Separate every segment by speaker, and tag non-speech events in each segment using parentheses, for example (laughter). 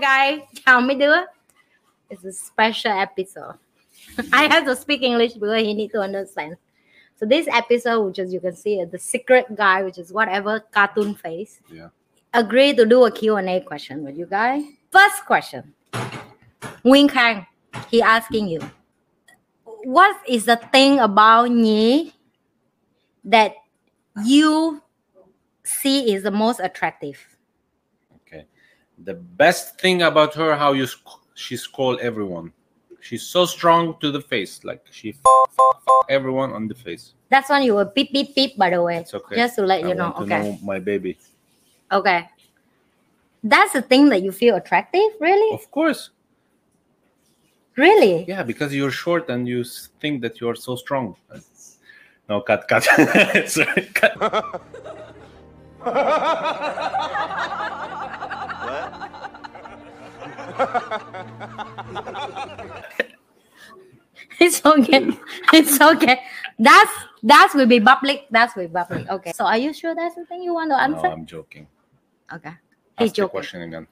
Speaker 1: guys. Tell me do it. It's a special episode. (laughs) I have to speak English because he need to understand. So this episode, which is you can see it, the secret guy, which is whatever cartoon face,
Speaker 2: Yeah.
Speaker 1: agree to do a Q&A question with you guys. First question. Wing Kang, he asking you, what is the thing about Nhi that you see is the most attractive?
Speaker 2: Okay. The best thing about her how you sc- she scold everyone. She's so strong to the face, like she f- f- f- everyone on the face.
Speaker 1: That's one you will beep beep beep by the way.
Speaker 2: It's okay.
Speaker 1: Just to let
Speaker 2: I
Speaker 1: you know.
Speaker 2: want to
Speaker 1: okay.
Speaker 2: know my baby.
Speaker 1: Okay. That's the thing that you feel attractive, really?
Speaker 2: Of course.
Speaker 1: Really?
Speaker 2: Yeah, because you're short and you s- think that you are so strong. No, cut, (laughs) cut. Sorry, cut.
Speaker 1: It's okay. It's okay. That's that will be public. That will be
Speaker 2: (laughs)
Speaker 1: public. Okay. So are you sure that's the thing you want to
Speaker 2: No,
Speaker 1: answer?
Speaker 2: I'm joking.
Speaker 1: okay. He's
Speaker 2: Ask the
Speaker 1: joking.
Speaker 2: question again.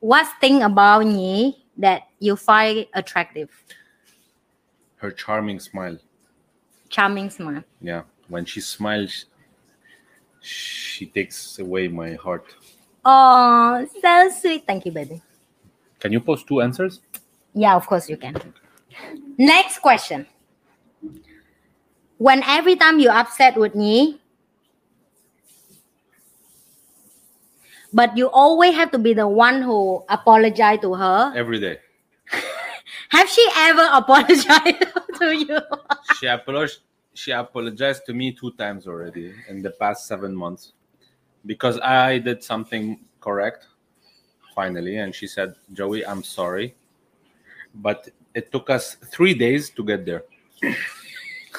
Speaker 1: What thing about me that you find attractive?
Speaker 2: Her charming smile.
Speaker 1: Charming smile.
Speaker 2: Yeah, when she smiles, she takes away my heart.
Speaker 1: Oh, so sweet. Thank you, baby.
Speaker 2: Can you post two answers?
Speaker 1: Yeah, of course you can. Next question. When every time you upset with me, but you always have to be the one who apologize to her.
Speaker 2: Every day.
Speaker 1: Have she ever (laughs) apologized to you?
Speaker 2: she apologized she apologized to me two times already in the past seven months because i did something correct finally and she said joey i'm sorry but it took us three days to get there (laughs)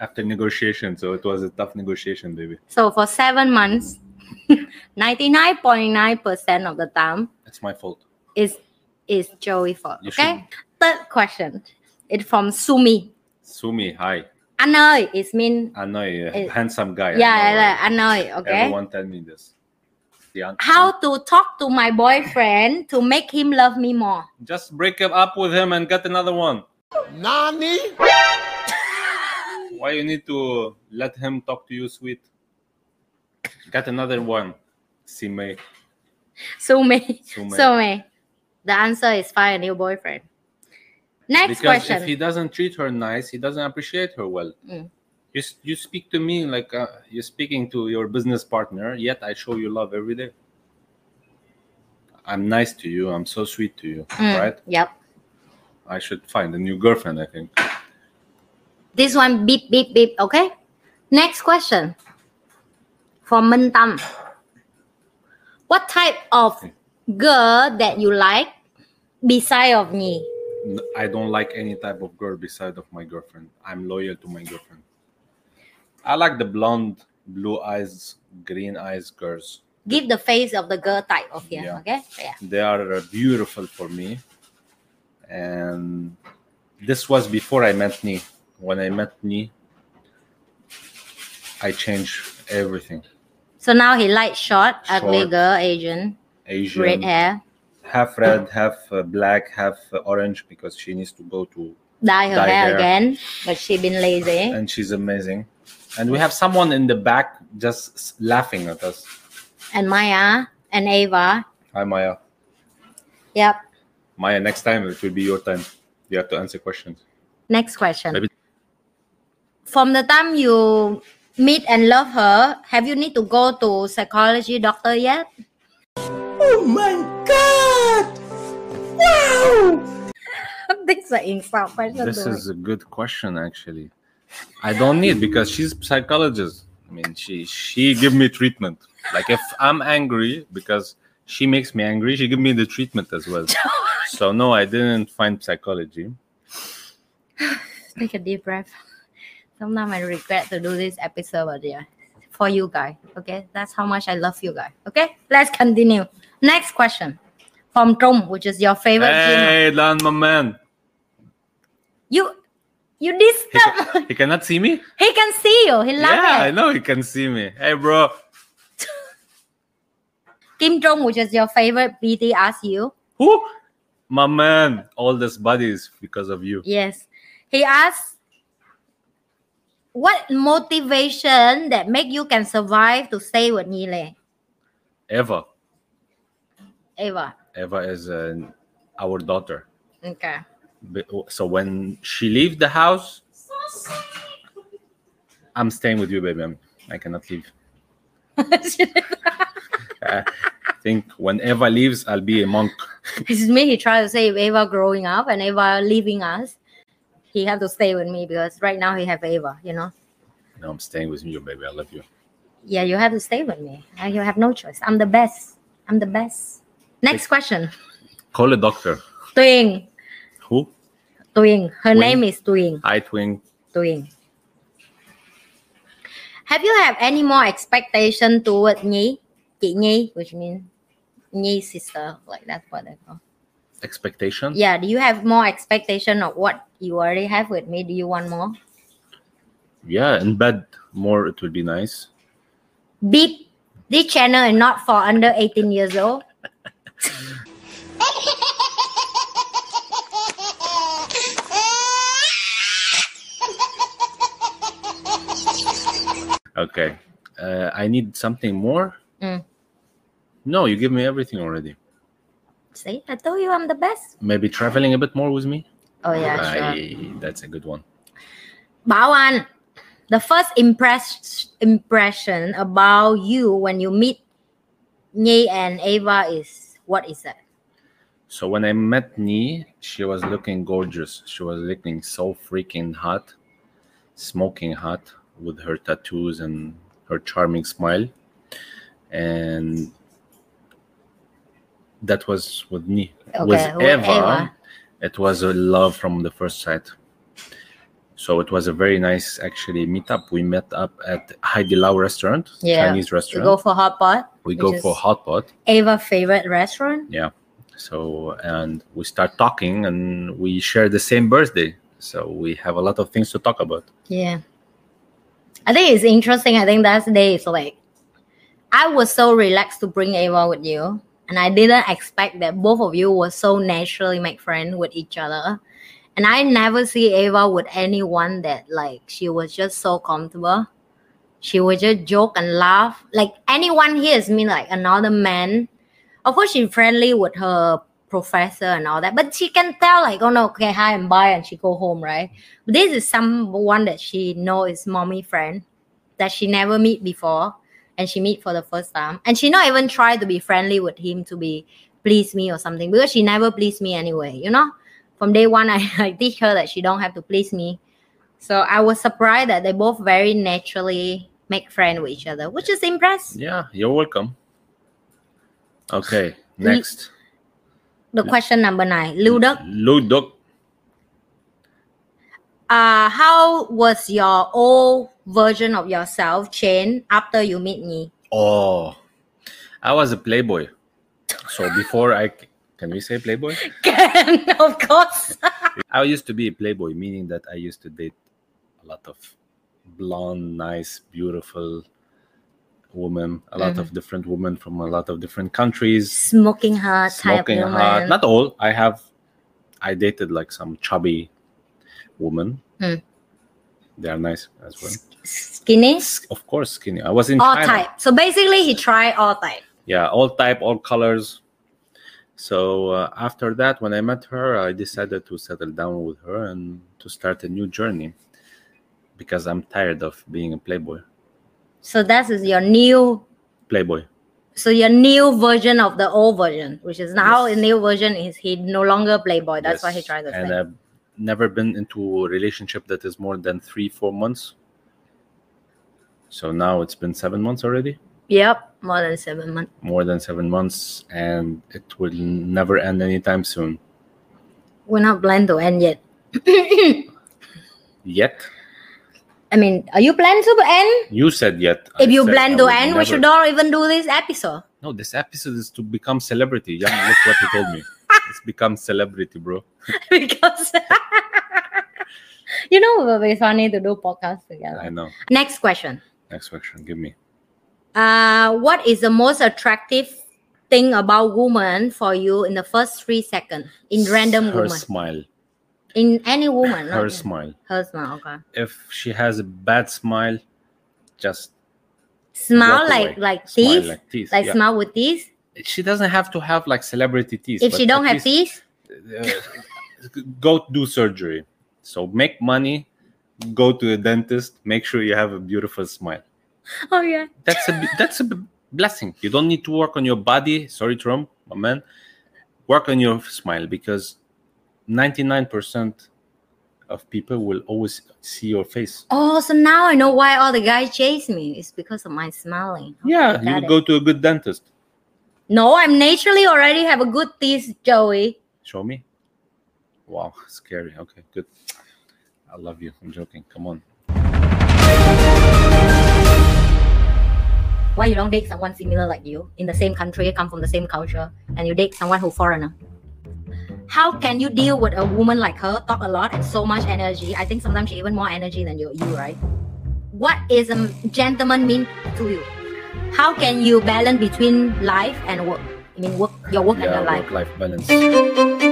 Speaker 2: after negotiation so it was a tough negotiation baby
Speaker 1: So for seven months, (laughs) ninety-nine point nine percent of the time
Speaker 2: it's my fault
Speaker 1: is is Joey fault.
Speaker 2: You
Speaker 1: okay. Third question. It's from Sumi.
Speaker 2: sumi hi
Speaker 1: Anh ơi, it's mean
Speaker 2: i know you're a
Speaker 1: Eh,
Speaker 2: handsome guy I
Speaker 1: yeah,
Speaker 2: know,
Speaker 1: yeah,
Speaker 2: right?
Speaker 1: I know. Okay.
Speaker 2: everyone tell me this Yeah.
Speaker 1: How to talk to my boyfriend to make him love me more? (laughs)
Speaker 2: just break up with him and get another one
Speaker 3: Nani?
Speaker 2: Why you need to let him talk to you, sweet? Got another one. Sime.
Speaker 1: Sume.
Speaker 2: Sume.
Speaker 1: Sume. The answer is find a new boyfriend. Next
Speaker 2: because
Speaker 1: question.
Speaker 2: if he doesn't treat her nice, he doesn't appreciate her well.
Speaker 1: Mm.
Speaker 2: You, s- you speak to me like uh, you're speaking to your business partner, yet I show you love every day. I'm nice to you. I'm so sweet to you,
Speaker 1: Mm,
Speaker 2: right?
Speaker 1: Yep.
Speaker 2: I should find a new girlfriend, I think.
Speaker 1: This one beep beep beep. Okay. Next question. From Mentam. What type of girl that you like beside of me?
Speaker 2: N- I don't like any type of girl beside of my girlfriend. I'm loyal to my girlfriend. I like the blonde, blue eyes, green eyes girls.
Speaker 1: Give the face of the girl type of here.
Speaker 2: Yeah.
Speaker 1: Okay. Yeah.
Speaker 2: They are uh, beautiful for me. And this was before I met Ni. When I met Ni, I changed everything.
Speaker 1: So now he like short, ugly
Speaker 2: Short.
Speaker 1: girl, Asian,
Speaker 2: Asian,
Speaker 1: red hair.
Speaker 2: half red, half uh, black, half uh, orange because she needs to go to
Speaker 1: dye her
Speaker 2: Dye
Speaker 1: hair,
Speaker 2: hair.
Speaker 1: again, but she been lazy.
Speaker 2: and she's amazing. And we have someone in the back just s- laughing at us.
Speaker 1: And Maya and Ava.
Speaker 2: Hi Maya.
Speaker 1: Yep.
Speaker 2: Maya, next time it will be your time. You have to answer questions.
Speaker 1: Next question.
Speaker 2: Maybe-
Speaker 1: From the time you meet and love her, have you need to go to psychology doctor yet?
Speaker 3: Oh my god! Wow!
Speaker 1: (laughs) this is an insult question.
Speaker 2: This
Speaker 1: to me.
Speaker 2: is a good question, actually. I don't need because she's psychologist. I mean, she she give me treatment. Like if I'm angry because she makes me angry, she give me the treatment as well. so no, I didn't find psychology.
Speaker 1: Take a deep breath. Sometimes I regret to do this episode, but yeah, for you guys. Okay, that's how much I love you guys. Okay, let's continue. Next question from Trung, which is your favorite. Gmail.
Speaker 2: Hey, Lan, my man,
Speaker 1: You, you
Speaker 2: he,
Speaker 1: disturb.
Speaker 2: ca- he cannot see me.
Speaker 1: (laughs) He can see you. He
Speaker 2: yeah, I
Speaker 1: laughing.
Speaker 2: know he can see me. Hey, bro,
Speaker 1: Kim Jong, which is your favorite BD, asked you.
Speaker 2: Who? My man, all this body is because of you.
Speaker 1: Yes. He asked, what motivation that make you can survive to stay with Nile
Speaker 2: Eva.
Speaker 1: ever?
Speaker 2: Eva is uh, our daughter.
Speaker 1: Okay. (laughs)
Speaker 2: B- So when she leaves the house, I'm staying with you, baby. I'm, I cannot leave. I think when Eva leaves, I'll be a monk.
Speaker 1: this is me. He tried to say if Ava growing up and Ava leaving us, he have to stay with me because right now he have Ava. You know.
Speaker 2: No, I'm staying with you, baby. I love you.
Speaker 1: Yeah, you have to stay with me. Uh, You have no choice. I'm the best. I'm the best. Next question. (laughs)
Speaker 2: Call a doctor.
Speaker 1: Tuying.
Speaker 2: Who?
Speaker 1: Tuying. Her
Speaker 2: Tuying.
Speaker 1: name is Tuying.
Speaker 2: I twin.
Speaker 1: Tuying. Have you have any more expectation toward Nhi? Chị Nhi, which means Nhi sister, like that's what they call.
Speaker 2: Expectation.
Speaker 1: Yeah, do you have more expectation of what you already have with me? Do you want more?
Speaker 2: Yeah, in bed more. It will be nice.
Speaker 1: Beep. This channel is not for under 18 years old.
Speaker 2: Okay. Uh, I need something more.
Speaker 1: Mm.
Speaker 2: No, you give me everything already.
Speaker 1: See, I told you I'm the best.
Speaker 2: Maybe traveling a bit more with me.
Speaker 1: Oh yeah, sure.
Speaker 2: Aye, that's a good one.
Speaker 1: Bao An, the first impress impression about you when you meet Nhi and Ava is what is that?
Speaker 2: So when I met Nee, she was looking gorgeous. She was looking so freaking hot, smoking hot with her tattoos and her charming smile. And that was with Nee. with
Speaker 1: Okay, with
Speaker 2: Eva,
Speaker 1: Eva.
Speaker 2: it was a love from the first sight. So it was a very nice actually meetup. We met up at Heidi Lau restaurant,
Speaker 1: Yeah,
Speaker 2: Chinese
Speaker 1: You go
Speaker 2: restaurant.
Speaker 1: for hot pot.
Speaker 2: We go,
Speaker 1: which is
Speaker 2: for hot pot.
Speaker 1: Ava favorite restaurant.
Speaker 2: Yeah. So, and we start talking and we share the same birthday. So we have a lot of things to talk about.
Speaker 1: Yeah. I think it's interesting. I think that day is like I was so relaxed to bring Ava with you. And I didn't expect that both of you were so naturally make friends with each other. And I never see Ava with anyone that like she was just so comfortable. She would just joke and laugh. Like anyone here is mean like another man. Of course she's friendly with her professor and all that, but she can tell like, oh no, okay, hi and bye, and she go home, right? this is someone that she know is mommy friend that she never meet before and she meet for the first time and she not even try to be friendly with him to be please me or something because she never pleased me anyway you know from day one (laughs) i, I teach her that she don't have to please me so i was surprised that they both very naturally make friend with each other which is impressed
Speaker 2: Yeah, you're welcome. Okay, next.
Speaker 1: the question number nine ludok
Speaker 2: Ludok.
Speaker 1: uh how was your old version of yourself changed after you meet me
Speaker 2: Oh, I was a playboy. So before I can we say playboy?
Speaker 1: (laughs) of course
Speaker 2: I used to be a playboy, meaning that I used to date a lot of blonde, nice, beautiful women, a lot of different women from a lot of different countries.
Speaker 1: smoking hot type
Speaker 2: smoking
Speaker 1: woman.
Speaker 2: hot. Not all. I have, I dated like some chubby woman.
Speaker 1: Hmm.
Speaker 2: They are nice as well.
Speaker 1: skinny.
Speaker 2: Of course, skinny. I was in
Speaker 1: All
Speaker 2: China.
Speaker 1: type. So basically, he tried all type.
Speaker 2: Yeah, all type, all colors. So uh, after that, when I met her, I decided to settle down with her and to start a new journey because I'm tired of being a playboy.
Speaker 1: So that is your new.
Speaker 2: Playboy.
Speaker 1: So your new version of the old version, which is now
Speaker 2: Yes.
Speaker 1: a new version, is he no longer playboy. That's
Speaker 2: Yes.
Speaker 1: why he tried to
Speaker 2: And
Speaker 1: say.
Speaker 2: I've never been into a relationship that is more than three, four months. So now it's been seven months already,
Speaker 1: yep, more than seven months.
Speaker 2: more than seven months, and it will never end anytime soon.
Speaker 1: We're not planned to end yet.
Speaker 2: Yet,
Speaker 1: I mean, are you planning to end?
Speaker 2: you said yet.
Speaker 1: if
Speaker 2: I
Speaker 1: you
Speaker 2: said
Speaker 1: plan
Speaker 2: I
Speaker 1: to
Speaker 2: would
Speaker 1: end, we should
Speaker 2: never-
Speaker 1: not even do this episode.
Speaker 2: No, this episode is to become celebrity. Yeah, look what he told
Speaker 1: (laughs)
Speaker 2: me. It's become celebrity, bro.
Speaker 1: because (laughs) you know it would be funny to do podcast together.
Speaker 2: I know.
Speaker 1: Next question.
Speaker 2: Next question, give me.
Speaker 1: Uh, what is the most attractive think about woman for you in the first three seconds in random
Speaker 2: her
Speaker 1: woman
Speaker 2: smile
Speaker 1: in any woman not
Speaker 2: her
Speaker 1: in-
Speaker 2: smile
Speaker 1: her smile okay
Speaker 2: if she has a bad smile just
Speaker 1: smile
Speaker 2: walk
Speaker 1: like
Speaker 2: away.
Speaker 1: like
Speaker 2: Smile
Speaker 1: teeth like,
Speaker 2: like teeth yeah.
Speaker 1: smile with teeth
Speaker 2: she doesn't have to have like celebrity teeth
Speaker 1: if
Speaker 2: but
Speaker 1: she don't
Speaker 2: at
Speaker 1: have
Speaker 2: least,
Speaker 1: teeth
Speaker 2: uh, go do surgery so make money go to a dentist make sure you have a beautiful smile
Speaker 1: oh yeah
Speaker 2: that's a (laughs) that's a blessing you don't need to work on your body sorry Trump my man work on your smile because 99% of people will always see your face
Speaker 1: oh so now i know why all the guys chase me it's because of my smiling Okay,
Speaker 2: yeah
Speaker 1: Oh, got
Speaker 2: you
Speaker 1: it.
Speaker 2: go to a good dentist
Speaker 1: no i'm naturally already have a good teeth joey
Speaker 2: Show me. Wow, scary. Okay, good. I love you. I'm joking. Come on.
Speaker 1: why you don't date someone similar like you in the same country come from the same culture and you date someone who foreigner how can you deal with a woman like her talk a lot and so much energy i think sometimes she even more energy than you, you right what is a gentleman mean to you how can you balance between life and work i mean work your work and
Speaker 2: yeah,
Speaker 1: your life
Speaker 2: work life balance.